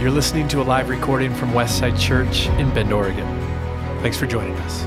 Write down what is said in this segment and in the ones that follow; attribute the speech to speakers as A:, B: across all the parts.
A: You're listening to a live recording from Westside Church in Bend, Oregon. Thanks for joining us.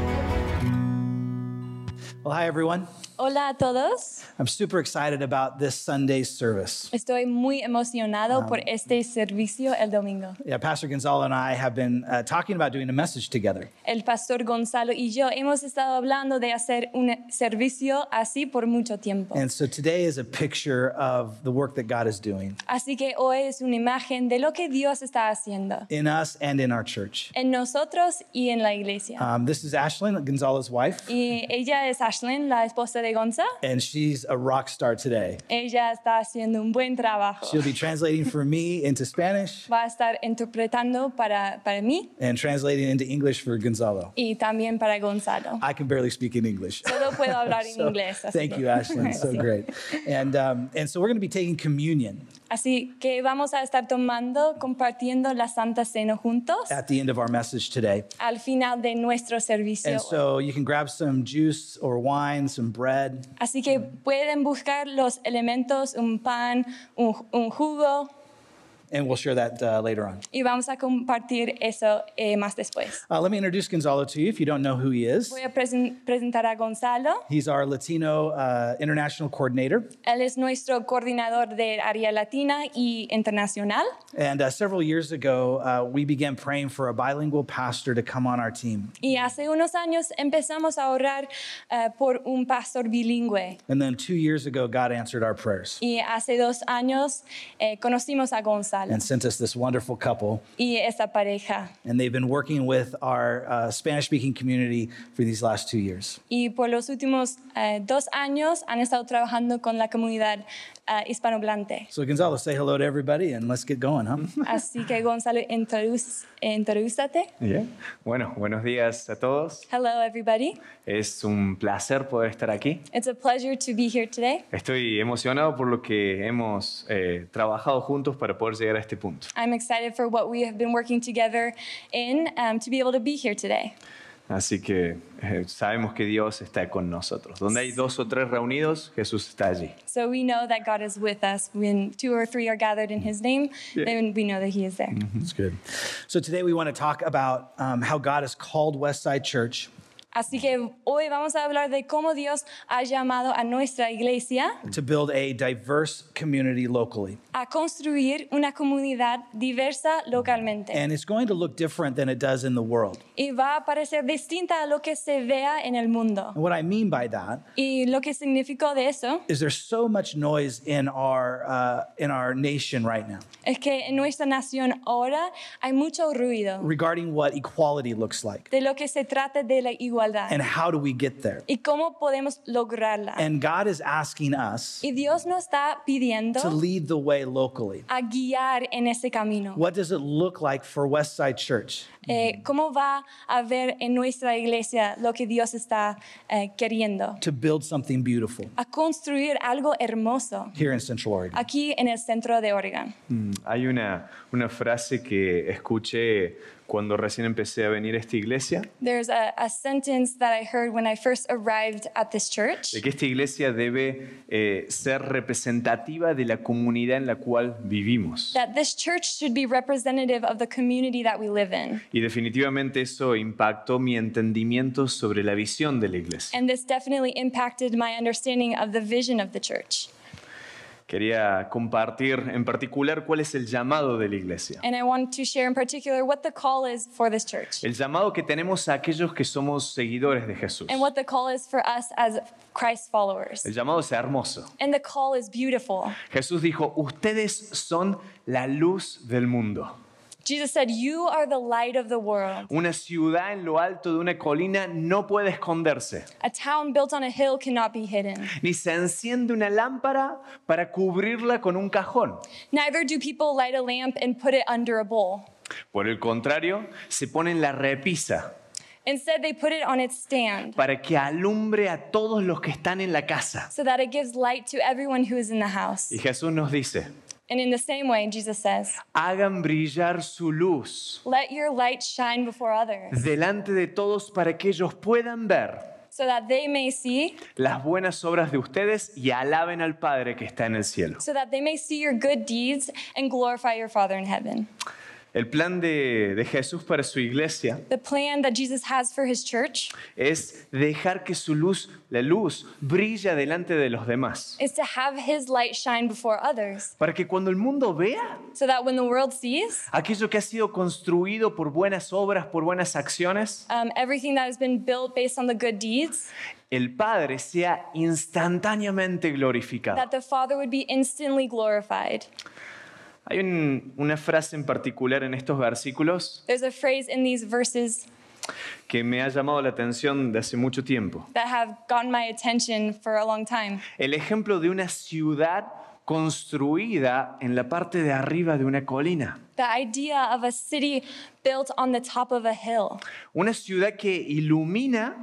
B: Well, hi, everyone.
C: Hola a todos.
B: I'm super excited about this Sunday's service.
C: Estoy muy
B: Ah.
C: emocionado por este servicio el domingo.
B: Yeah, Pastor Gonzalo and I have been uh, talking about doing a message together.
C: El pastor Gonzalo y yo hemos estado hablando de hacer un servicio así por mucho tiempo.
B: And so today is a picture of the work that God is doing
C: Así que hoy es una imagen de lo que Dios está haciendo
B: in us and in our church.
C: en nosotros y en la iglesia.
B: Um, this is Ashlyn, Gonzalo's wife,
C: Y ella es Ashlyn, la esposa de Gonza.
B: and she's a rock star today.
C: Ella está haciendo un buen trabajo.
B: She'll be translating for me into Spanish
C: Va a estar interpretando para, para mí
B: and translating into English for Gonzalo.
C: y también para Gonzalo.
B: I can barely speak in English.
C: Solo puedo hablar en
B: Ah. So,
C: inglés. así
B: thank
C: que-
B: you, Ashlyn. So
C: Sí.
B: great. And, um, and so we're going to be taking communion
C: Así que vamos a estar tomando, compartiendo la Santa Cena juntos
B: at the end of our message today.
C: al final de nuestro servicio.
B: And so you can grab some juice or wine, some bread,
C: Así que pueden buscar los elementos, un pan, un, un jugo,
B: and we'll share that uh, later on.
C: y vamos a compartir eso eh, más después.
B: Uh, let me introduce Gonzalo to you if you don't know who he is.
C: Voy a presen- presentar a Gonzalo.
B: He's our Latino uh, international coordinator.
C: Él es nuestro coordinador de área latina y internacional.
B: And uh, several years ago, uh, we began praying for a bilingual pastor to come on our team.
C: Y hace unos años empezamos a orar eh, por un pastor bilingüe.
B: And then two years ago, God answered our prayers
C: Y hace dos años eh, conocimos a Gonzalo.
B: and sent us this wonderful couple.
C: y esta pareja.
B: And they've been working with our uh, Spanish speaking community for these last two years.
C: Y por los últimos eh, dos años han estado trabajando con la comunidad eh, hispanohablante.
B: So, Gonzalo, say hello to everybody and let's get going, huh?
C: Así que Gonzalo, introduce- introdúzate.
D: Bien. Bueno, buenos días a todos.
C: Hello everybody.
D: Es un placer poder estar aquí.
C: It's a pleasure to be here today.
D: Estoy emocionado por lo que hemos eh, trabajado juntos para poder llegar a este punto.
C: I'm excited for what we have been working together in um, to be able to be here today.
D: Así que eh, sabemos que Dios está con nosotros. Donde hay dos o tres reunidos, Jesús está allí.
C: So we know that God is with us when two or three are gathered in his name,
D: Yeah.
C: then we know that he is there.
B: That's good. So today we want to talk about um, how God has called Westside Church
C: Así que hoy vamos a hablar de cómo Dios ha llamado a nuestra iglesia
B: to build a diverse community locally.
C: a construir una comunidad diversa localmente
B: And it's going to look different than it does in the world.
C: y va a parecer distinta a lo que se vea en el mundo.
B: And what I mean by that
C: Y lo que significó de eso
B: is there's so much noise in our, uh, in our nation right now
C: es que en nuestra nación ahora hay mucho ruido
B: regarding what equality looks like
C: de lo que se trata de la igualdad
B: and how do we get there.
C: y cómo podemos lograrla.
B: And God is asking us
C: Y Dios nos está
B: to
C: pidiendo
B: lead the way locally.
C: a guiar en ese camino.
B: What does it look like for Westside Church?
C: Eh, ¿Cómo va a ver en nuestra iglesia lo que Dios está eh, queriendo?
B: to build something beautiful
C: A construir algo hermoso
B: here in Central Oregon?
C: aquí en el centro de Oregon.
D: Mm, Hay una, una frase que escuché cuando recién empecé a venir a esta iglesia,
C: There's a, a sentence that I heard when I first arrived at this church
D: de que esta iglesia debe eh, ser representativa de la comunidad en la cual vivimos.
C: that this church should be representative of the community that we live in.
D: Y definitivamente eso impactó mi entendimiento sobre la visión de la iglesia.
C: And this definitely impacted my understanding of the vision of the church.
D: Quería compartir en particular cuál es el llamado de la iglesia.
C: And I want to share in particular what the call is for this church
D: El llamado que tenemos a aquellos que somos seguidores de Jesús.
C: and what the call is for us as Christ followers.
D: El llamado es hermoso.
C: And the call is beautiful.
D: Jesús dijo, ustedes son la luz del mundo.
C: Jesus said, You are the light of the world.
D: Una ciudad en lo alto de una colina no puede esconderse,
C: A town built on a hill cannot be hidden.
D: ni se enciende una lámpara para cubrirla con un cajón.
C: Neither do people light a lamp and put it under a bowl.
D: Por el contrario, se pone en la repisa
C: Instead, they put it on its stand.
D: para que alumbre a todos los que están en la casa.
C: so that it gives light to everyone who is in the house.
D: Y Jesús nos dice,
C: And in the same way, Jesus says,
D: hagan brillar su luz
C: Let your light shine before others,
D: delante de todos para que ellos puedan ver
C: so that they may see,
D: las buenas obras de ustedes y alaben al Padre que está en el cielo.
C: so that they may see your good deeds and glorify your Father in heaven.
D: El plan de, de Jesús para su iglesia
C: The plan that Jesus has for his church
D: es dejar que su luz, la luz, brilla delante de los demás.
C: is to have his light shine before others
D: Para que cuando el mundo vea
C: so that when the world sees
D: aquello que ha sido construido por buenas obras, por buenas acciones,
C: um, everything that has been built based on the good deeds,
D: el Padre sea instantáneamente glorificado.
C: that the Father would be instantly glorified.
D: Hay un- una frase en particular en estos versículos
C: There's a phrase in these verses
D: que me ha llamado la atención de hace mucho tiempo.
C: that have gotten my attention for a long time.
D: El ejemplo de una ciudad construida en la parte de arriba de una colina.
C: The idea of a city built on the top of a hill,
D: Una ciudad que ilumina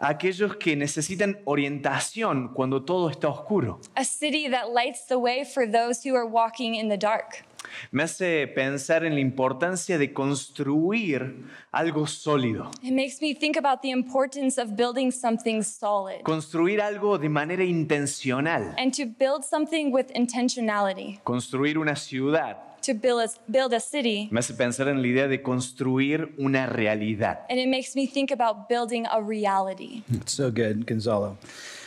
D: a aquellos que necesitan orientación cuando todo está oscuro.
C: a city that lights the way for those who are walking in the dark.
D: Me hace pensar en la importancia de construir algo sólido,
C: It makes me think about the importance of building something solid
D: construir algo de manera intencional,
C: and to build something with intentionality.
D: construir una ciudad.
C: To build a, build a city,
D: Me hace pensar en la idea de construir una realidad.
C: and it makes me think about building a reality.
B: It's so good, Gonzalo.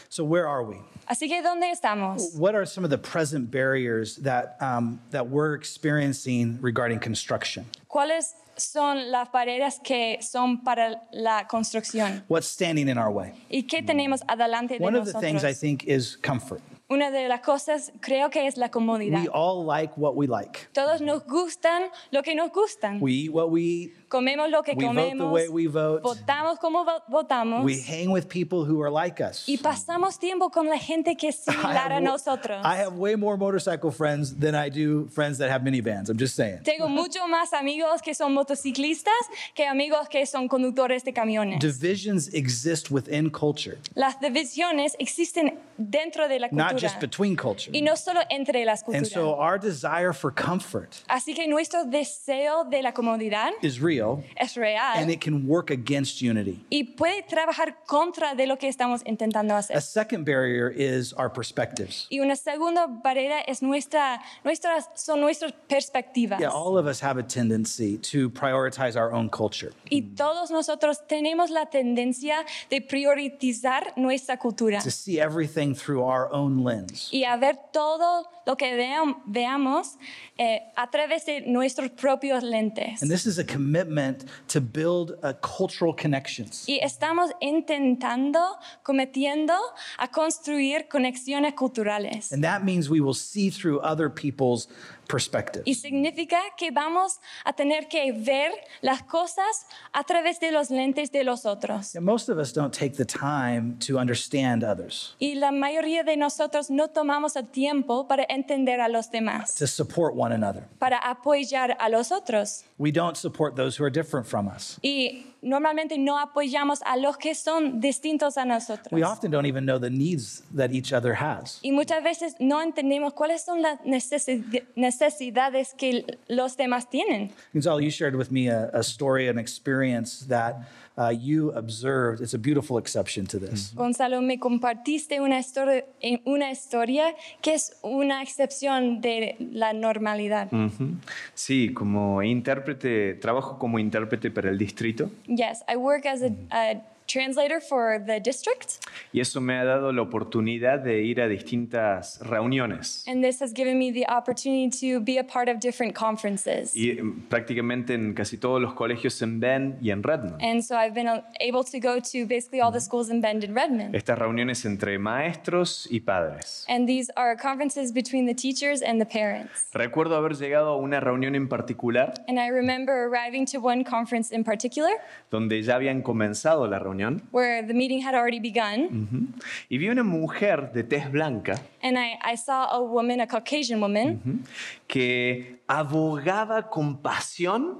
B: So, where are we?
C: Así que, ¿dónde estamos?
B: What are some of the present barriers that, um, that we're experiencing regarding construction?
C: ¿Cuáles son las paredes que son para la construcción?
B: What's standing in our way?
C: ¿Y qué tenemos adelante de
B: One of the things I
C: nosotros?
B: think is comfort.
C: Una de las cosas creo que es la comodidad.
B: We all like what we like.
C: Todos nos gustan lo que nos gustan.
B: We eat what we eat.
C: comemos lo que
B: We vote the
C: comemos.
B: way we vote.
C: Votamos como vo- votamos.
B: We hang with people who are like us.
C: y pasamos tiempo con la gente que es
B: I
C: similar
B: have wa-
C: a nosotros.
B: I have way more motorcycle friends than I do friends that have minivans. I'm just saying.
C: Tengo mucho más amigos que son motociclistas que amigos que son conductores de camiones.
B: Divisions exist within culture,
C: Las divisiones existen dentro de la
B: not
C: cultura
B: just between culture.
C: y no solo entre las
B: And
C: culturas.
B: so our desire for comfort
C: Así que nuestro deseo de la comodidad
B: is real
C: es real
B: and it can work against unity.
C: y puede trabajar contra de lo que estamos intentando hacer.
B: A second barrier is our perspectives.
C: Y una segunda barrera es nuestra, nuestras, son nuestras perspectivas.
B: Yeah, all of us have a tendency to prioritize our own culture.
C: y todos nosotros tenemos la tendencia de priorizar nuestra cultura
B: to see everything through our own lens.
C: y a ver todo lo que veam- veamos eh, a través de nuestros propios lentes.
B: And this is a commitment to build uh, cultural connections.
C: Y estamos intentando, cometiendo a construir conexiones culturales.
B: And that means we will see through other people's perspectives.
C: Y significa que vamos a tener que ver las cosas a través de los lentes de los otros.
B: And most of us don't take the time to understand others,
C: Y la mayoría de nosotros no tomamos el tiempo para entender a los demás,
B: to support one another.
C: para apoyar a los otros.
B: We don't support those who are different from us.
C: Y normalmente no apoyamos a los que son distintos a
B: We
C: nosotros.
B: often don't even know the needs that each other has.
C: Y muchas veces no entendemos cuáles son las necesi- necesidades que los demás tienen.
B: Gonzalo, you shared with me a, a story, an experience that uh, you observed. It's a beautiful exception to
C: Mm-hmm.
B: this.
C: Gonzalo, me compartiste una historia, una historia que es una excepción de la normalidad.
B: Mm.
D: Sí, como intérprete, trabajo como intérprete para el distrito
C: Yes, I work as
B: Mm.
C: a, a translator for the district.
D: y eso me ha dado la oportunidad de ir a distintas reuniones.
C: And this has given me the opportunity to be a part of different conferences.
D: Y eh, prácticamente en casi todos los colegios en Ben y en Redmond.
C: And so I've been uh, able to go to basically all the schools in Bend and Redmond.
D: Estas reuniones entre maestros y padres.
C: And these are conferences between the teachers and the parents.
D: Recuerdo haber llegado a una reunión en particular
C: And I remember arriving to one conference in particular
D: donde ya habían comenzado la reunión
C: where the meeting had already
D: Mm-hmm.
C: begun.
D: y vi una mujer de tez blanca
C: And I, I saw a woman, a Caucasian woman,
D: que abogaba con pasión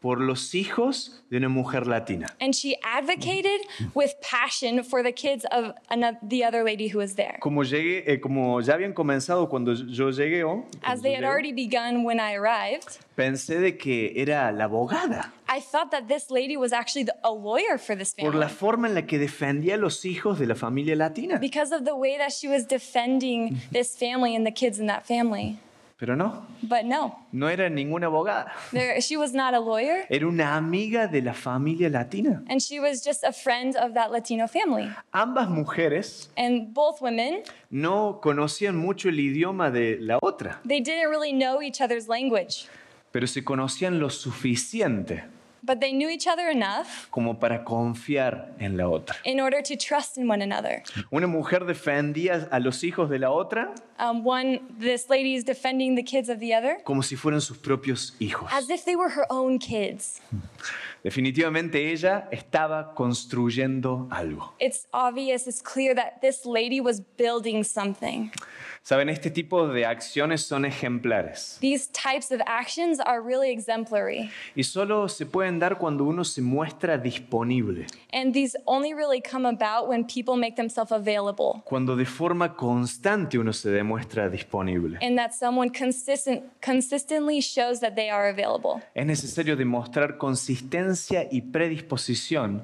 D: por los hijos de una mujer latina.
C: and she advocated with passion for the kids of another, the other lady who was there.
D: Como, llegué, eh, como ya habían comenzado cuando yo- yo llegué, o-
C: As
D: cuando
C: they
D: yo
C: had
D: llego,
C: already begun when I arrived,
D: pensé de que era la abogada
C: I thought that this lady was actually the, a lawyer for this
D: por
C: family.
D: la forma en la que defendía a los hijos de la familia latina.
C: because of the way that she was defending this family and the kids in that family.
D: Pero no,
C: But no,
D: no era ninguna abogada.
C: there, she was not a lawyer,
D: Era una amiga de la familia latina.
C: and she was just a friend of that Latino family.
D: Ambas mujeres
C: And both women,
D: no conocían mucho el idioma de la otra,
C: they didn't really know each other's language,
D: pero se conocían lo suficiente
C: but they knew each other enough
D: como para confiar en la otra.
C: in order to trust in one another.
D: Una mujer defendía a los hijos de la otra
C: Um, one, this lady is defending the kids of the other
D: como si fueran sus propios hijos.
C: as if they were her own kids.
D: Definitivamente ella estaba construyendo algo.
C: It's obvious, it's clear that this lady was building something.
D: Saben, este tipo de acciones son ejemplares
C: These types of actions are really exemplary,
D: y solo se pueden dar cuando uno se muestra disponible,
C: and these only really come about when people make themselves available
D: cuando de forma constante uno se demuestra disponible.
C: and that someone consistent, consistently shows that they are available.
D: Es necesario demostrar consistencia y predisposición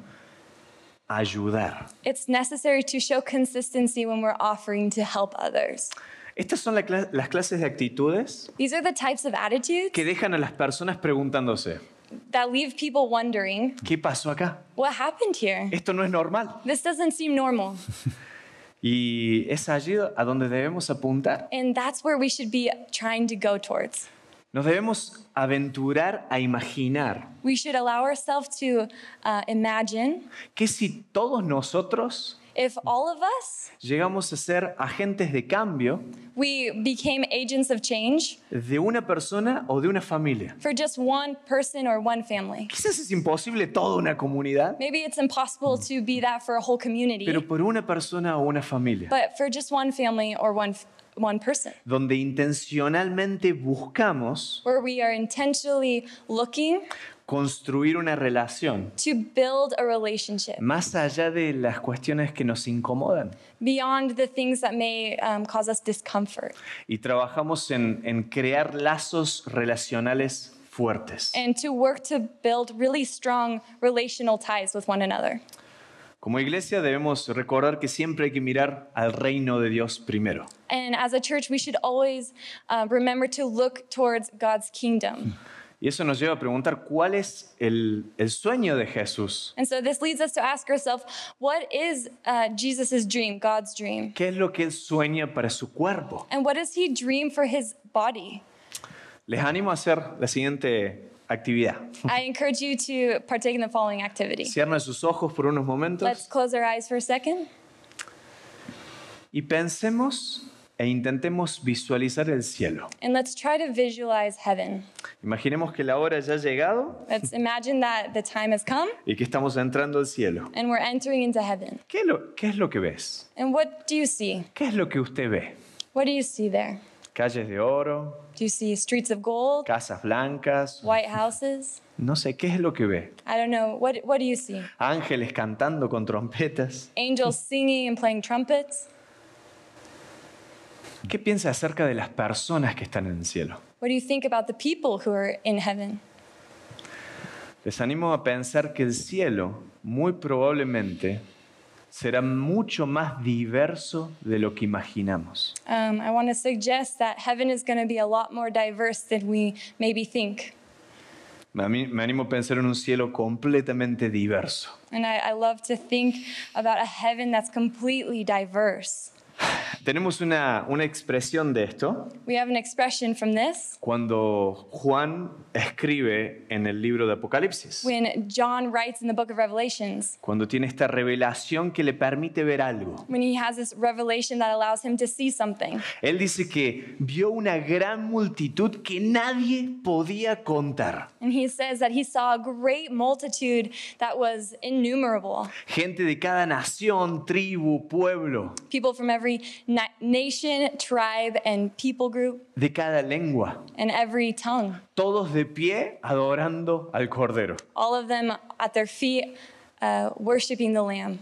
D: a ayudar.
C: It's necessary to show consistency when we're offering to help others.
D: Estas son la cla- las clases de actitudes
C: These are the types of attitudes
D: que dejan a las personas preguntándose,
C: that leave people wondering
D: ¿qué pasó acá?
C: what happened here?
D: Esto no es normal.
C: This doesn't seem normal.
D: Y es allí a donde debemos apuntar.
C: And that's where we should be trying to go towards.
D: Nos debemos aventurar a imaginar
C: We should allow ourselves to uh, imagine
D: que si todos nosotros
C: if all of us
D: llegamos a ser agentes de cambio
C: we became agents of change
D: de una persona o de una familia.
C: for just one person or one family.
D: Quizás es imposible toda una comunidad,
C: Maybe it's impossible to be that for a whole community,
D: pero por una persona o una familia.
C: but for just one family or one f- one person,
D: donde intencionalmente buscamos
C: where we are intentionally looking
D: construir una relación
C: to build a relationship
D: más allá de las cuestiones que nos incomodan
C: beyond the things that may um, cause us discomfort,
D: y trabajamos en, en crear lazos relacionales fuertes.
C: and to work to build really strong relational ties with one another.
D: Como iglesia debemos recordar que siempre hay que mirar al reino de Dios primero.
C: And as a church, we should always uh, remember to look towards God's kingdom.
D: Y eso nos lleva a preguntar cuál es el, el sueño de Jesús,
C: And so this leads us to ask ourselves, what is uh, Jesus' dream, God's dream?
D: qué es lo que él sueña para su cuerpo.
C: And what does he dream for his body?
D: Les animo a hacer la siguiente actividad.
C: I encourage you to partake in the following activity.
D: Cierren sus ojos por unos momentos.
C: Let's close our eyes for a second
D: Y pensemos e intentemos visualizar el cielo.
C: and let's try to visualize heaven.
D: Imaginemos que la hora ya ha llegado
C: Let's imagine that the time has come
D: y que estamos entrando al cielo.
C: and we're entering into heaven.
D: ¿Qué, lo- qué es lo que ves?
C: And what do you see?
D: ¿Qué es lo que usted ve?
C: What do you see there?
D: Calles de oro,
C: Do you see streets of gold,
D: casas blancas,
C: white houses?
D: no sé, ¿qué es lo que ve?
C: I don't know. What, what do you see?
D: Ángeles cantando con trompetas.
C: Angels singing and playing trumpets?
D: ¿Qué piensa acerca de las personas que están en el cielo?
C: What do you think about the people who are in heaven?
D: Les animo a pensar que el cielo muy probablemente será mucho más diverso de lo que imaginamos.
C: Um, I want to suggest that heaven is going to be a lot more diverse than we maybe think.
D: A mí me animo a pensar en un cielo completamente diverso.
C: And I, I love to think about a heaven that's completely diverse.
D: Tenemos una, una expresión de esto
C: We have an expression from this
D: cuando Juan escribe en el libro de Apocalipsis,
C: when John writes in the book of Revelations,
D: cuando tiene esta revelación que le permite ver algo.
C: when he has this revelation that allows him to see something.
D: Él dice que vio una gran multitud que nadie podía contar.
C: And he says that he saw a great multitude that was innumerable
D: Gente de cada nación, tribu, pueblo,
C: people from every na- nation, tribe, and people group,
D: de cada lengua,
C: and every tongue.
D: todos de pie adorando al Cordero.
C: all of them at their feet uh, worshiping the Lamb.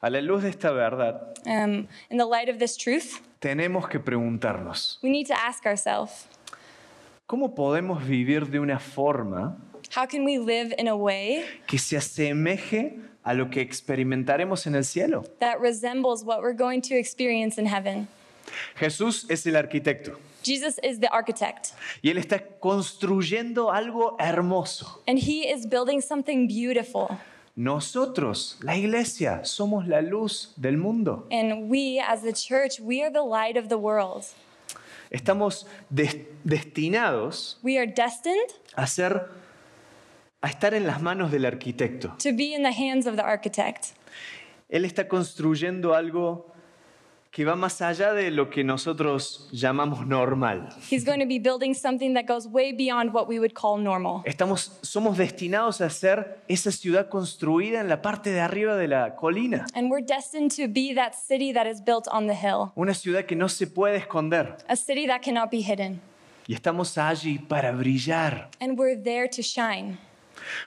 D: A la luz de esta verdad,
C: Um, in the light of this truth,
D: tenemos que preguntarnos,
C: we need to ask ourselves
D: ¿Cómo podemos vivir de una forma
C: how can we live in a way
D: que se asemeje a lo que experimentaremos en el cielo?
C: that resembles what we're going to experience in heaven?
D: Jesús es el arquitecto.
C: Jesus is the architect,
D: Y Él está construyendo algo hermoso.
C: and he is building something beautiful.
D: Nosotros, la iglesia, somos la luz del mundo.
C: And we, as the church, we are the light of the world.
D: Estamos des- destinados
C: We are destined
D: a ser, a estar en las manos del arquitecto.
C: to be in the hands of the architect.
D: Él está construyendo algo que va más allá de lo que nosotros llamamos normal.
C: He's going to be building something that goes way beyond what we would call normal.
D: Estamos, somos destinados a ser esa ciudad construida en la parte de arriba de la colina.
C: And we're destined to be that city that is built on the hill,
D: Una ciudad que no se puede esconder.
C: a city that cannot be hidden.
D: Y estamos allí para brillar,
C: And we're there to shine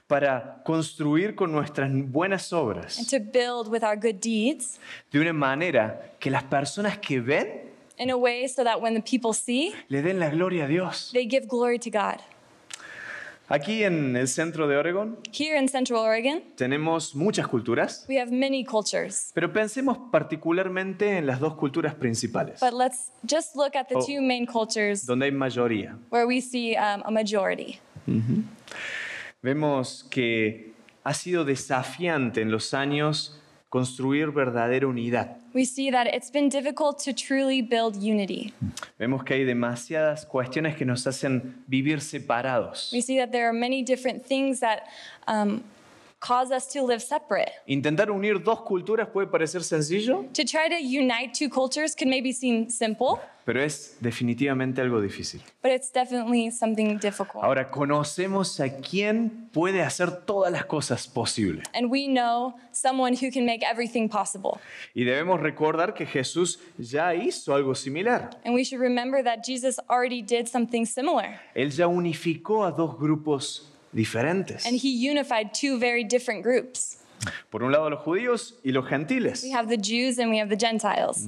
D: para construir con nuestras buenas
C: and
D: obras
C: to build with our good deeds
D: de una manera que las personas que ven
C: in a way so that when the people see,
D: le den la gloria a Dios.
C: they give glory to God.
D: Aquí en el centro de Oregón
C: Here in Central Oregon,
D: tenemos muchas culturas,
C: we have many cultures,
D: pero pensemos particularmente en las dos culturas principales,
C: but let's just look at the
D: Oh.
C: two main cultures
D: donde hay mayoría.
C: where we see um, a majority.
D: Vemos que ha sido desafiante en los años construir verdadera unidad.
C: We see that it's been difficult to truly build unity.
D: Vemos que hay demasiadas cuestiones que nos hacen vivir separados.
C: We see that there are many different things that um, cause us to live separate.
D: Intentar unir dos culturas puede parecer sencillo,
C: To try to unite two cultures can maybe seem simple,
D: pero es definitivamente algo difícil.
C: but it's definitely something difficult.
D: Ahora, conocemos a quien puede hacer todas las cosas posibles.
C: And we know someone who can make everything possible.
D: Y debemos recordar que Jesús ya hizo algo similar.
C: And we should remember that Jesus already did something similar,
D: Él ya unificó a dos grupos diferentes.
C: and he unified two very different groups.
D: Por un lado los judíos y los gentiles.
C: We have the Jews and we have the Gentiles.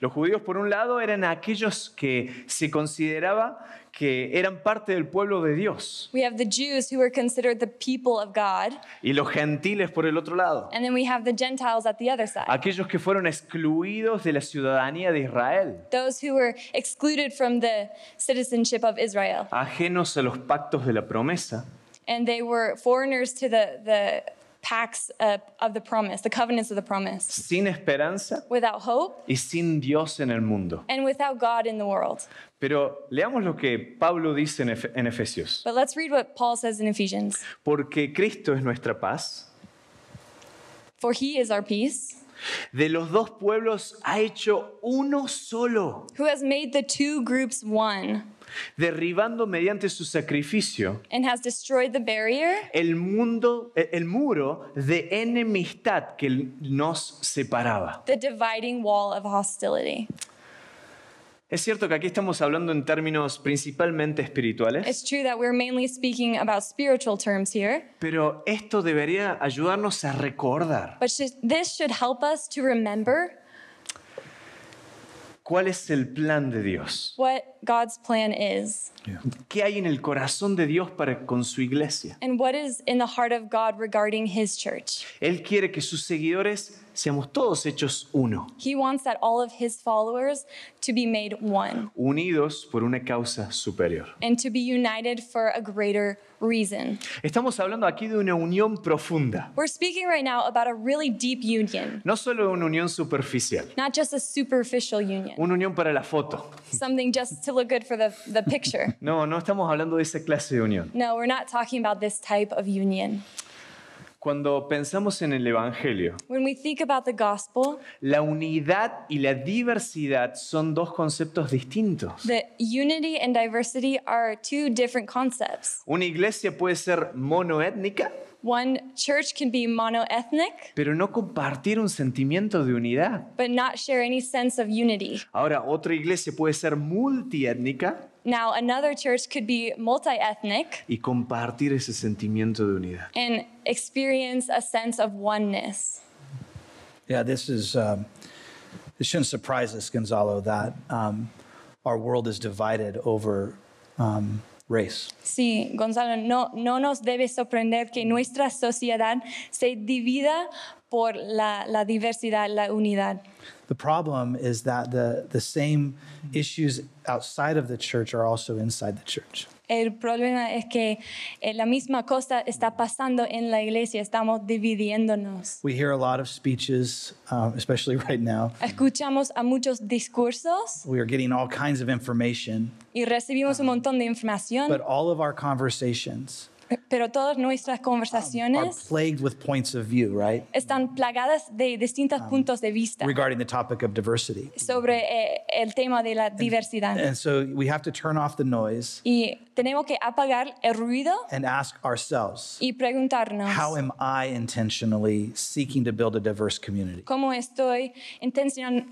D: Los judíos, por un lado, eran aquellos que se consideraba que eran parte del pueblo de Dios.
C: We have the Jews who are considered the people of God,
D: Y los gentiles, por el otro lado,
C: and then we have the Gentiles at the other side.
D: aquellos que fueron excluidos de la ciudadanía de Israel,
C: those who were excluded from the citizenship of Israel,
D: ajenos a los pactos de la promesa,
C: and they were foreigners to the, the pacts uh, of the promise, the covenants of the promise,
D: sin esperanza
C: without hope
D: y sin Dios en el mundo.
C: and without God in the world.
D: Pero leamos lo que Pablo dice en Efe- en Efesios.
C: But let's read what Paul says in Ephesians.
D: Porque Cristo es nuestra paz.
C: For he is our peace,
D: De los dos pueblos ha hecho uno solo,
C: who has made the two groups one
D: derribando mediante su sacrificio
C: and has destroyed the barrier,
D: el mundo, e- el muro de enemistad que l- nos separaba.
C: the dividing wall of hostility.
D: Es cierto que aquí estamos hablando en términos principalmente espirituales,
C: It's true that we're mainly speaking about spiritual terms here,
D: pero esto debería ayudarnos a recordar
C: but should, this should help us to remember
D: cuál es el plan de Dios,
C: what God's plan is
D: qué hay en el corazón de Dios para con su iglesia.
C: and what is in the heart of God regarding his church.
D: Él quiere que sus seguidores seamos todos hechos uno,
C: He wants that all of his followers to be made one
D: unidos por una causa superior.
C: and to be united for a greater reason.
D: Estamos hablando aquí de una unión profunda,
C: We're speaking right now about a really deep union,
D: no solo de una unión superficial,
C: not just a superficial union,
D: una unión para la foto.
C: something just to look good for the, the picture.
D: No, no estamos hablando de esa clase de unión.
C: No, we're not talking about this type of union.
D: Cuando pensamos en el Evangelio,
C: When we think about the gospel,
D: la unidad y la diversidad son dos conceptos distintos.
C: the unity and diversity are two different concepts.
D: Una iglesia puede ser monoétnica,
C: One church can be monoethnic,
D: pero no compartir un sentimiento de unidad.
C: but not share any sense of unity.
D: Ahora, otra iglesia puede ser multiétnica
C: Now, another church could be multi ethnic
D: y compartir ese sentimiento de unidad.
C: and experience a sense of oneness.
B: Yeah, this is, um, it shouldn't surprise us, Gonzalo, that um, our world is divided over um, race.
C: Sí, Gonzalo, no, no nos debe sorprender que nuestra sociedad se divida por la, la diversidad, la unidad.
B: The problem is that the, the same issues outside of the church are also inside the church.
C: El problema es que eh, la misma cosa está pasando en la iglesia, estamos dividiéndonos.
B: We hear a lot of speeches, um, especially right now.
C: Escuchamos a muchos discursos
B: We are getting all kinds of information,
C: y recibimos un montón de información,
B: but all of our conversations
C: pero todas
B: are
C: nuestras conversaciones
B: plagued with points of view, right?
C: están plagadas de distintos
B: Ah.
C: puntos de vista
B: Regarding the topic of diversity.
C: sobre eh, el tema de la diversidad.
B: And so we have to turn off the noise
C: Y tenemos que apagar el ruido
B: and ask ourselves
C: y preguntarnos.
B: how am I intentionally seeking to build a diverse community?
C: cómo estoy intencional-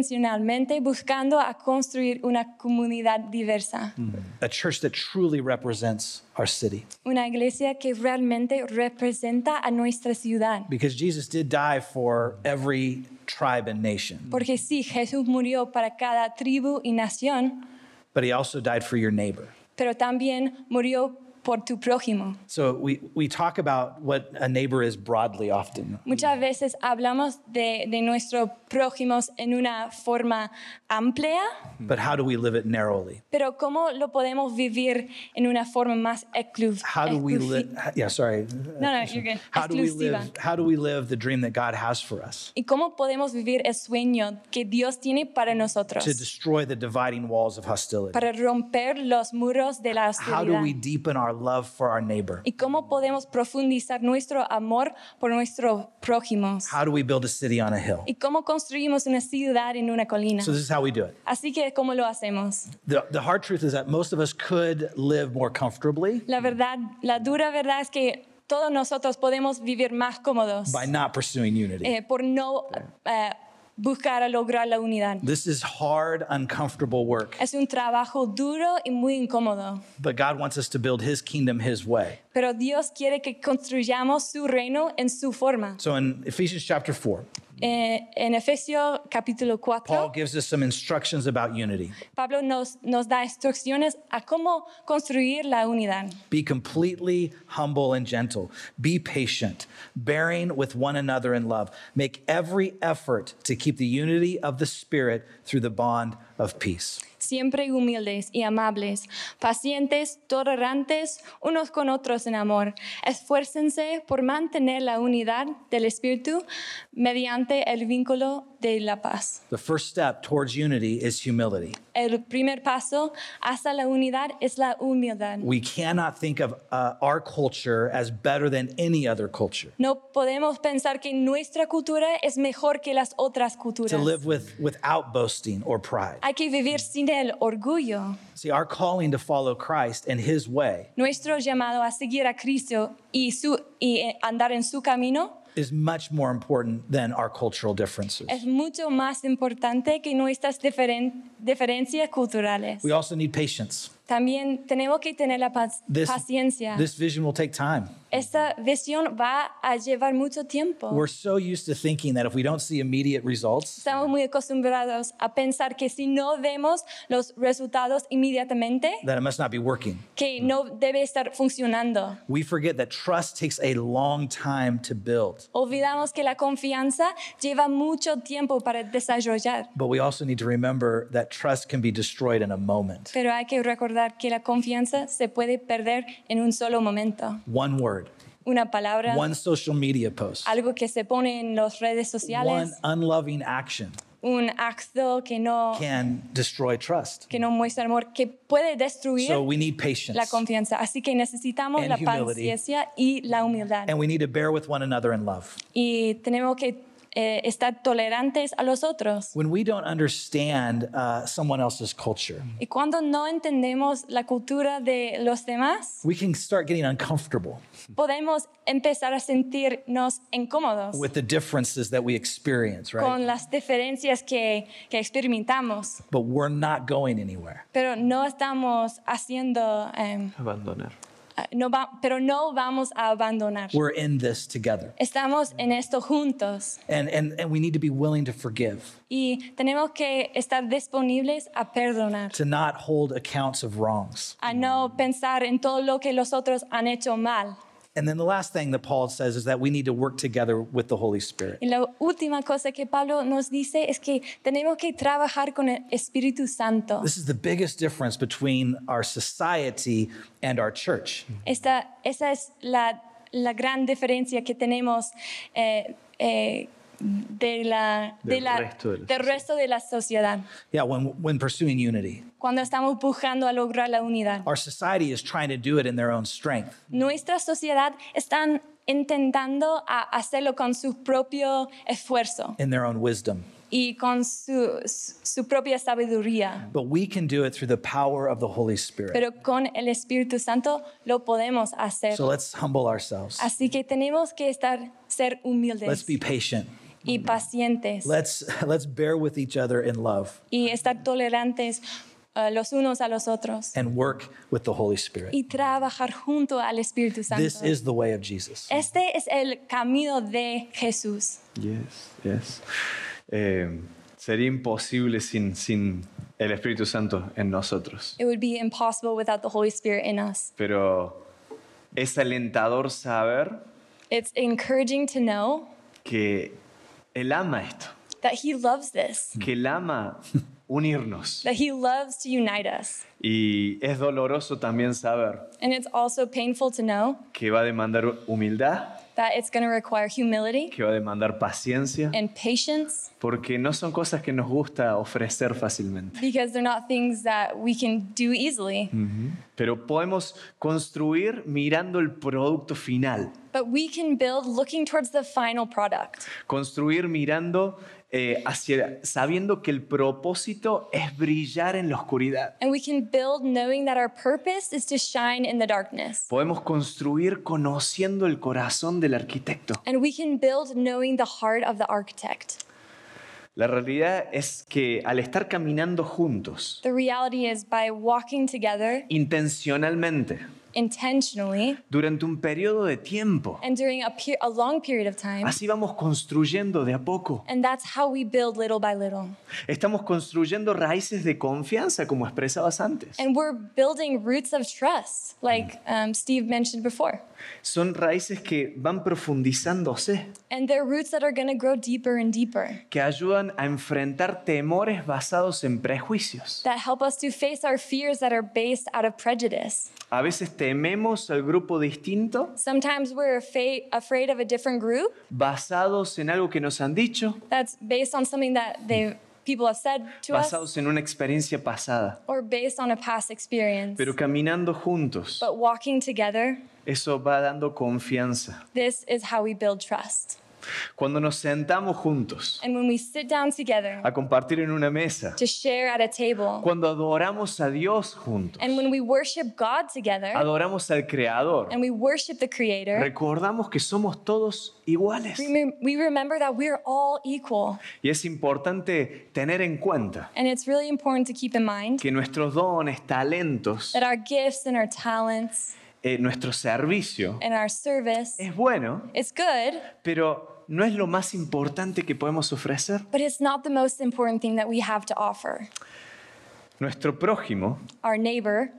C: intencionalmente buscando a construir una comunidad diversa,
B: A church that truly represents our city.
C: una iglesia que realmente representa a nuestra ciudad.
B: Because Jesus did die for every tribe and nation,
C: Porque sí, Jesús murió para cada tribu y nación,
B: but he also died for your neighbor.
C: pero también murió por tu prójimo.
B: So we, we talk about what a neighbor is broadly often.
C: Muchas veces hablamos de, de nuestros prójimos en una forma amplia,
B: But how do we live it narrowly?
C: pero ¿cómo lo podemos vivir en una forma más exclusiva?
B: How do we live? Yeah, sorry.
C: No, no, you're good.
B: How do we
C: Exclusiva.
B: live? How do we live the dream that God has for us?
C: ¿Y cómo podemos vivir el sueño que Dios tiene para nosotros?
B: To destroy the dividing walls of hostility.
C: Para romper los muros de la
B: How do
C: hostilidad.
B: we deepen our love for our neighbor?
C: ¿Y cómo podemos profundizar nuestro amor por nuestros prójimos?
B: How do we build a city on a hill?
C: ¿Y cómo construimos una ciudad en una colina?
B: So this is how we do it.
C: Así que, ¿cómo lo hacemos?
B: The, the hard truth is that most of us could live more comfortably
C: La verdad, la dura verdad es que todos nosotros podemos vivir más cómodos
B: by not pursuing unity.
C: eh, por no eh, buscar a lograr la unidad.
B: This is hard, uncomfortable work,
C: Es un trabajo duro y muy incómodo.
B: but God wants us to build His kingdom His way.
C: Pero Dios quiere que construyamos su reino en su forma.
B: So in Ephesians chapter 4,
C: Eh, en Efesios capítulo
B: Paul
C: 4,
B: gives us some instructions about unity.
C: Pablo nos, nos da instrucciones a cómo construir la unidad.
B: Be completely humble and gentle. Be patient, bearing with one another in love. Make every effort to keep the unity of the Spirit through the bond of peace.
C: Siempre humildes y amables, pacientes, tolerantes, unos con otros en amor. Esfuércense por mantener la unidad del Espíritu mediante el vínculo de la paz.
B: The first step towards unity is humility.
C: El primer paso hacia la unidad es la humildad.
B: We cannot think of uh, our culture as better than any other culture.
C: No podemos pensar que nuestra cultura es mejor que las otras
B: To
C: culturas.
B: live with without boasting or pride.
C: Hay que vivir sin el orgullo.
B: See, our calling to follow Christ and His way
C: Nuestro llamado a seguir a Cristo y, su, y eh, andar en su camino
B: is much more important than our cultural differences.
C: es mucho más importante que nuestras diferen- diferencias culturales.
B: We also need patience.
C: También tenemos que tener la pac-
B: This,
C: paciencia.
B: this vision will take time.
C: Esta visión va a llevar mucho tiempo.
B: We're so used to thinking that if we don't see immediate results,
C: Estamos muy acostumbrados a pensar que si no vemos los resultados inmediatamente,
B: that it must not be working.
C: que no debe estar funcionando.
B: We forget that trust takes a long time to build,
C: Olvidamos que la confianza lleva mucho tiempo para desarrollar,
B: but we also need to remember that trust can be destroyed in a moment.
C: pero hay que recordar que la confianza se puede perder en un solo momento.
B: One word,
C: Una palabra,
B: one social media post,
C: algo que se pone en las redes
B: one
C: sociales,
B: unloving action
C: un acto que no,
B: can destroy trust.
C: que no muestra amor, que puede destruir
B: So we need
C: la
B: patience.
C: confianza. Así que necesitamos
B: And
C: la
B: humility.
C: paciencia y la humildad.
B: And we need to bear with one another in love.
C: Y tenemos que eh, estar tolerantes a los otros.
B: When we don't understand uh, someone else's culture,
C: Y cuando no entendemos la cultura de los demás,
B: we can start getting uncomfortable
C: podemos empezar a sentirnos incómodos
B: with the differences that we experience, right?
C: con las diferencias que, que experimentamos,
B: but we're not going anywhere.
C: pero no estamos haciendo, em,
D: Abandonar.
C: eh, ah, no va- pero no vamos a abandonar.
B: We're in this together.
C: Estamos en esto juntos
B: And, and, and we need to be willing to forgive,
C: y tenemos que estar disponibles a perdonar,
B: to not hold accounts of wrongs.
C: a no pensar en todo lo que los otros han hecho mal.
B: And then the last thing that Paul says is that we need to work together with the Holy Spirit.
C: Y la última cosa que Pablo nos dice es que tenemos que trabajar con el Espíritu Santo.
B: This is the biggest difference between our society and our church.
C: Esta, esa es la, la gran diferencia que tenemos eh, eh, de la, de
D: Del
C: la-
D: resto de la
C: del resto de la sociedad.
B: Yeah, when, when pursuing unity,
C: Cuando estamos buscando a lograr la unidad.
B: our society is trying to do it in their own strength.
C: Nuestra sociedad está intentando a- hacerlo con su propio esfuerzo
B: in their own wisdom.
C: y con su, su- su propia sabiduría.
B: But we can do it through the power of the Holy Spirit.
C: Pero con el Espíritu Santo lo podemos hacer.
B: So let's humble ourselves.
C: Así que tenemos que estar, ser
B: Let's
C: humildes
B: be patient.
C: y pacientes.
B: Let's let's bear with each other in love
C: y estar tolerantes eh, los unos a los otros
B: and work with the Holy Spirit.
C: y trabajar junto al Espíritu Santo.
B: This is the way of Jesus.
C: este es el camino de Jesús.
D: Yes, yes. Eh, sería imposible sin, sin el Espíritu Santo en nosotros.
C: It would be impossible without the Holy Spirit in us.
D: Pero es alentador saber
C: It's encouraging to know
D: que Él ama esto,
C: that He loves this,
D: que Él ama unirnos.
C: that He loves to unite us.
D: Y es doloroso también saber
C: And it's also painful to know
D: que va a demandar humildad,
C: that it's going to require humility
D: que va a demandar paciencia,
C: and patience
D: porque no son cosas que nos gusta ofrecer fácilmente.
C: because they're not things that we can do easily.
B: Hmm.
D: Pero podemos construir mirando el producto final,
C: But we can build looking towards the final product.
D: construir mirando eh, hacia, sabiendo que el propósito es brillar en la oscuridad.
C: And we can build knowing that our purpose is to shine in the darkness.
D: Podemos construir conociendo el corazón del arquitecto.
C: And we can build knowing the heart of the architect.
D: La realidad es que al estar caminando juntos,
C: The reality is, by walking together
D: intencionalmente,
C: intentionally
D: durante un periodo de tiempo,
C: and during a, pe- a long period of time,
D: así vamos construyendo de a poco.
C: and that's how we build little by little.
D: Estamos construyendo raíces de confianza, como expresabas antes.
C: And we're building roots of trust, like um, Steve mentioned before.
D: Son raíces que van profundizándose,
C: And they're roots that are going to grow deeper and deeper,
D: que ayudan a enfrentar temores basados en prejuicios.
C: that help us to face our fears that are based out of prejudice.
D: A veces tememos al grupo distinto
C: Sometimes we're afa- afraid of a different group
D: basados en algo que nos han dicho,
C: that's based on something that they people have said to us
D: basados en una experiencia pasada.
C: or based on a past experience.
D: Pero caminando juntos,
C: but walking together,
D: eso va dando confianza.
C: this is how we build trust.
D: Cuando nos sentamos juntos
C: And when we sit down together
D: a compartir en una mesa,
C: to share at a table,
D: cuando adoramos a Dios juntos,
C: and when we worship God together
D: adoramos al Creador,
C: and we worship the Creator,
D: recordamos que somos todos iguales.
C: we we remember that we're all equal.
D: Y es importante tener en cuenta
C: And it's really important to keep in mind
D: que nuestros dones, talentos,
C: that our gifts and our talents
D: eh, nuestro servicio
C: and our service,
D: es bueno,
C: it's good,
D: pero no es lo más importante que podemos ofrecer.
C: but it's not the most important thing that we have to offer.
D: Nuestro prójimo
C: Our neighbor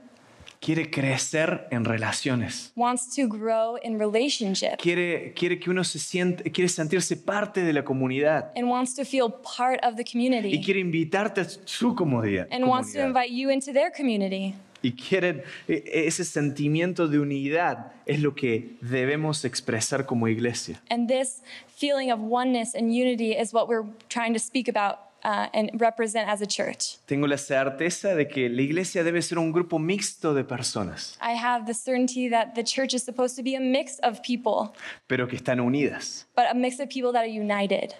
D: quiere crecer en relaciones.
C: wants to grow in relationship
D: Quiere, quiere que uno se siente, quiere sentirse parte de la comunidad
C: and wants to feel part of the community
D: y quiere invitarte a su comodidad-
C: and wants to
D: comunidad.
C: invite you into their community.
D: Y quieren e- ese sentimiento de unidad es lo que debemos expresar como iglesia.
C: And this feeling of oneness and unity is what we're trying to speak about uh, and represent as a church.
D: Tengo la certeza de que la iglesia debe ser un grupo mixto de personas,
C: I have the certainty that the church is supposed to be a mix of people,
D: pero que están unidas,
C: but a mix of people that are united.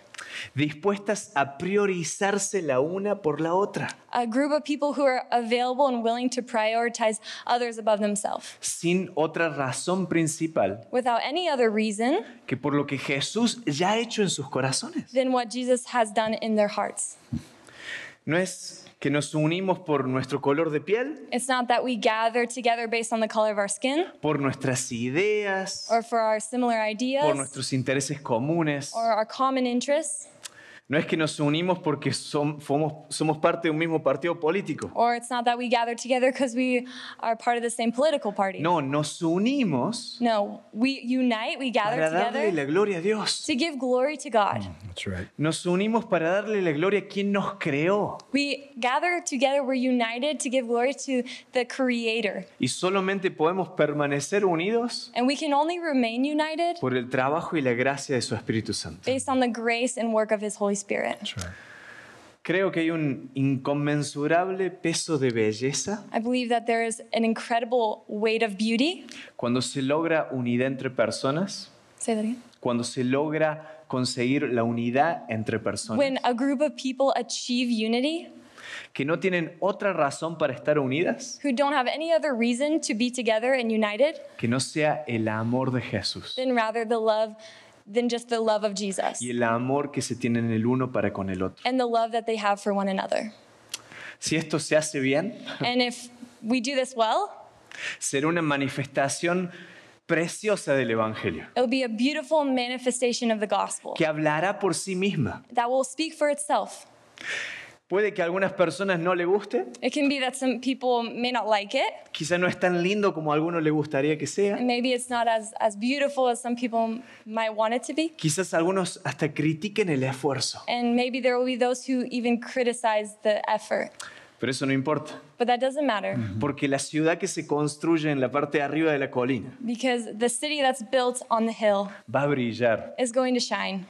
D: dispuestas a priorizarse la una por la otra,
C: A group of people who are available and willing to prioritize others above themselves
D: sin otra razón principal
C: without any other reason
D: que por lo que Jesús ya ha hecho en sus corazones.
C: than what Jesus has done in their hearts.
D: No es que nos unimos por nuestro color de piel,
C: It's not that we gather together based on the color of our skin
D: por nuestras ideas,
C: or for our similar
D: por
C: ideas
D: nuestros intereses comunes.
C: or our common interests,
D: No es que nos unimos porque som- fomos- somos parte de un mismo partido político.
C: or it's not that we gather together because we are part of the same political party.
D: No, nos unimos
C: No, we unite, we gather
D: para darle
C: together
D: la gloria a Dios.
C: to give glory to
D: Mm.
C: God.
B: That's right.
D: Nos unimos para darle la gloria a quien nos creó.
C: We gather together, we're united to give glory to the Creator.
D: Y solamente podemos permanecer unidos
C: And we can only remain united
D: por el trabajo y la gracia de su Espíritu Santo.
C: based on the grace and work of His Holy Spirit.
B: That's right.
D: Creo que hay un inconmensurable peso de belleza
C: I believe that there is an incredible weight of beauty.
D: cuando se logra unidad entre personas,
C: Say that again.
D: cuando se logra conseguir la unidad entre
C: When
D: personas
C: a group of people achieve unity
D: que no tienen otra razón para estar unidas
C: who don't have any other reason to be together and united
D: que no sea el amor de Jesús
C: than rather the love than just the love of Jesus
D: y el amor que se tienen el uno para con el otro.
C: and the love that they have for one another.
D: Si esto se hace bien,
C: and if we do this well,
D: será una manifestación preciosa del Evangelio,
C: it'll be a beautiful manifestation of the gospel
D: que hablará por sí misma.
C: that will speak for itself.
D: Puede que a algunas personas no le guste,
C: It can be that some people may not like it,
D: quizá no es tan lindo como a alguno le gustaría que
C: and
D: sea,
C: maybe it's not as, as beautiful as some people might want it to be.
D: quizás algunos hasta critiquen el esfuerzo,
C: And maybe there will be those who even criticize the effort.
D: pero eso no importa,
C: But that doesn't matter
D: porque la ciudad que se construye en la parte de arriba de la colina
C: because the city that's built on the hill
D: va a brillar
C: is going to shine.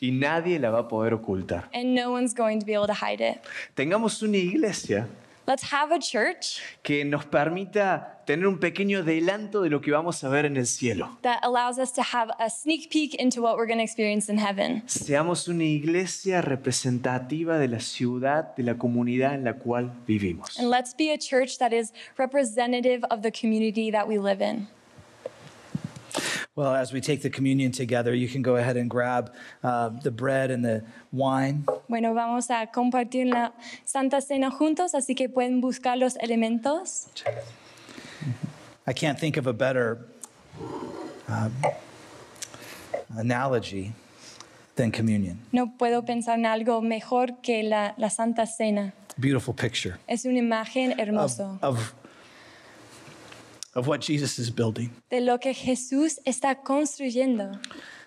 D: y nadie la va a poder ocultar.
C: and no one's going to be able to hide it.
D: Tengamos una iglesia
C: Let's have a church
D: que nos permita tener un pequeño adelanto de lo que vamos a ver en el cielo.
C: that allows us to have a sneak peek into what we're going to experience in heaven.
D: Seamos una iglesia representativa de la ciudad, de la comunidad en la cual vivimos.
C: And let's be a church that is representative of the community that we live in.
B: Well, as we take the communion together, you can go ahead and grab uh, the bread and the wine.
C: Bueno, vamos a compartir la Santa Cena juntos, así que pueden buscar los elementos.
B: I can't think of a better um, analogy than communion.
C: No puedo pensar en algo mejor que la, la Santa Cena.
B: Beautiful picture
C: Es una imagen
B: of,
C: hermosa
B: of, of what Jesus is building
C: de lo que Jesús está construyendo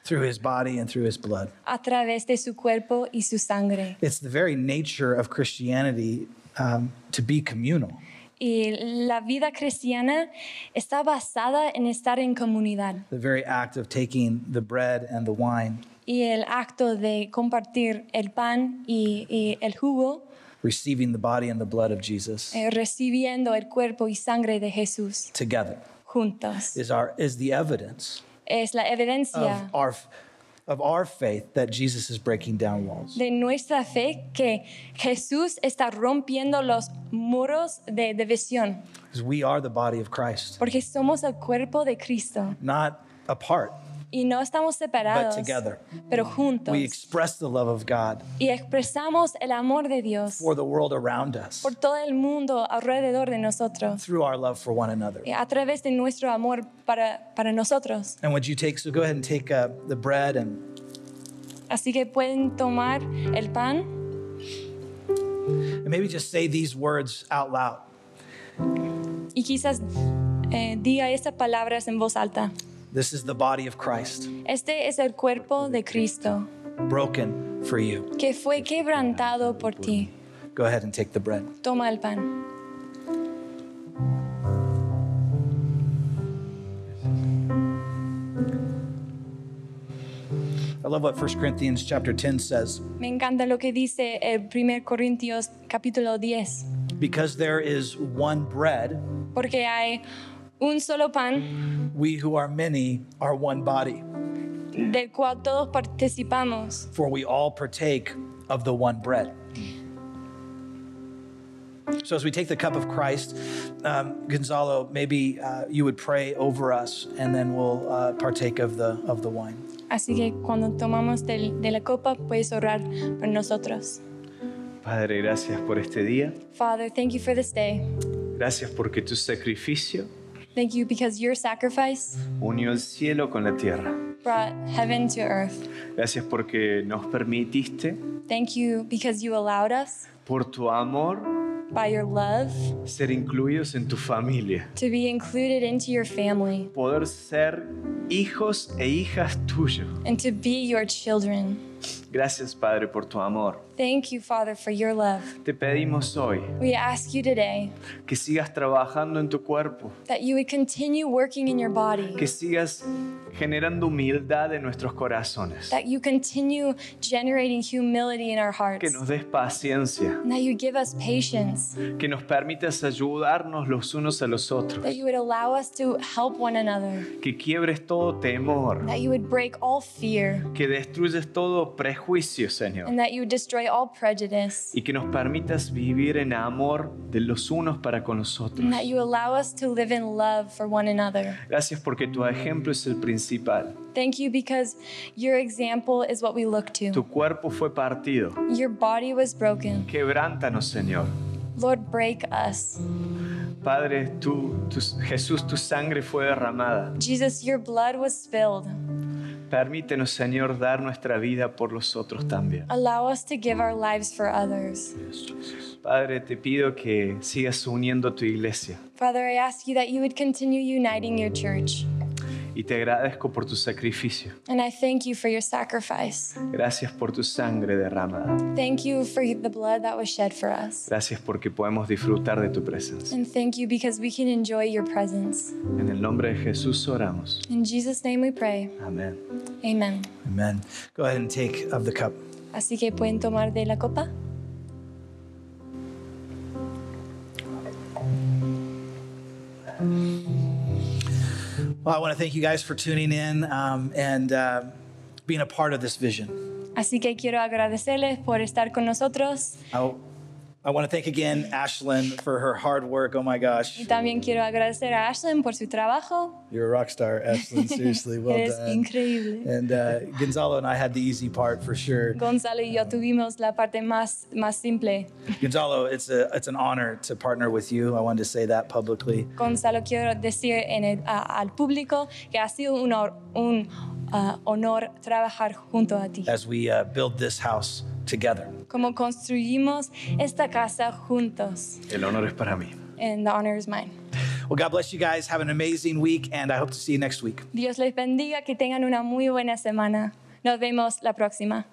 B: through his body and through his blood.
C: a través de su cuerpo y su sangre.
B: It's the very nature of Christianity um, to be communal.
C: Y la vida cristiana está basada en estar en comunidad
B: The very act of taking the bread and the wine,
C: y el acto de compartir el pan y, y el jugo,
B: receiving the body and the blood of Jesus
C: eh, recibiendo el cuerpo y sangre de Jesús
B: together,
C: juntos.
B: is, our, is the evidence
C: Es la evidencia
B: of our of our faith that Jesus is breaking down walls.
C: de nuestra fe que Jesús está rompiendo los muros de división,
B: Because we are the body of Christ,
C: porque somos el cuerpo de Cristo
B: not apart.
C: y no estamos separados,
B: together.
C: pero juntos.
B: We express the love of God
C: Y expresamos el amor de Dios.
B: for the world around us
C: por todo el mundo alrededor de nosotros
B: through our love for one another.
C: eh, a través de nuestro amor para, para nosotros.
B: And would you take, so go ahead and take uh, the bread and,
C: Así que pueden tomar el pan
B: and maybe just say these words out loud
C: y quizás eh, diga estas palabras en voz alta.
B: This is the body of Christ,
C: Este es el cuerpo de Cristo
B: broken for you.
C: que fue quebrantado por ti.
B: Go ahead and take the bread.
C: Toma el pan.
B: I love what 1 Corinthians chapter 10 says
C: Me encanta lo que dice el 1 Corintios capítulo 10,
B: because there is one bread,
C: porque hay un solo pan
B: we who are many are one body.
C: del cual todos participamos,
B: for we all partake of the one bread. So, as we take the cup of Christ, um, Gonzalo, maybe uh, you would pray over us, and then we'll uh, partake of the of the wine.
C: así que cuando tomamos del- de la copa puedes orar por nosotros.
D: Padre, gracias por este día.
C: Father, thank you for this day.
D: Gracias porque tu sacrificio
C: Thank you because your sacrifice
D: unió el cielo con la tierra.
C: brought heaven to earth.
D: Gracias porque nos permitiste,
C: Thank you because you allowed us,
D: por tu amor,
C: by your love,
D: ser incluidos en tu familia.
C: to be included into your family
D: Poder ser hijos e hijas tuyos.
C: and to be your children.
D: Gracias, Padre, por tu amor.
C: Thank you, Father, for your love.
D: Te pedimos hoy
C: We ask you today
D: que sigas trabajando en tu cuerpo,
C: that you would continue working in your body,
D: que sigas generando humildad en nuestros corazones,
C: that you continue generating humility in our
D: que
C: hearts,
D: nos des paciencia,
C: and that you give us patience,
D: que nos permitas ayudarnos los unos a los otros,
C: that you would allow us to help one another,
D: que quiebres todo temor,
C: that you would break all fear,
D: que destruyes todo prejuicio, Señor,
C: and that you would destroy all prejudice,
D: y que nos permitas vivir en amor de los unos para con los otros.
C: and that you allow us to live in love for one another.
D: Gracias porque tu ejemplo es el principal.
C: Thank you because your example is what we look to.
D: Tu cuerpo fue partido.
C: Your body was broken.
D: Quebrántanos, Señor.
C: Lord, break us.
D: Padre, tú, tu- Jesús, tu sangre fue derramada.
C: Jesus, your blood was spilled.
D: Permítenos, Señor, dar nuestra vida por los otros también.
C: Allow us to give our lives for others.
D: Padre, te pido que sigas uniendo tu iglesia
C: Father, I ask you that you would continue uniting your church.
D: y te agradezco por tu sacrificio.
C: And I thank you for your sacrifice.
D: Gracias por tu sangre derramada.
C: Thank you for the blood that was shed for us.
D: Gracias porque podemos disfrutar de tu presencia.
C: And thank you because we can enjoy your presence.
D: En el nombre de Jesús oramos.
C: In Jesus' name we pray.
D: Amén.
C: Amen.
B: Amen. Go ahead and take of the cup.
C: Así que pueden tomar de la copa.
B: Well, I want to thank you guys for tuning in um, and uh, being a part of this vision.
C: Así que quiero agradecerles por estar con nosotros.
B: I, I want to thank again Ashlyn for her hard work. Oh my gosh,
C: Y también quiero agradecer a Ashlyn por su trabajo.
B: you're a rock star, Ashlyn. Seriously, well
C: es
B: done.
C: increíble.
B: And uh, Gonzalo and I had the easy part for sure.
C: Gonzalo y yo tuvimos la parte más, más simple.
B: Gonzalo, it's a it's an honor to partner with you. I wanted to say that publicly.
C: Gonzalo, quiero decir en el- a- al público que ha sido un, hor- un, ah, honor trabajar junto a ti.
B: as we uh, build this house together.
C: Como construimos esta casa juntos.
D: El honor es para mí.
C: And the honor is mine.
B: Well, God bless you guys. Have an amazing week, and I hope to see you next week.
C: Dios les bendiga, que tengan una muy buena semana. Nos vemos la próxima.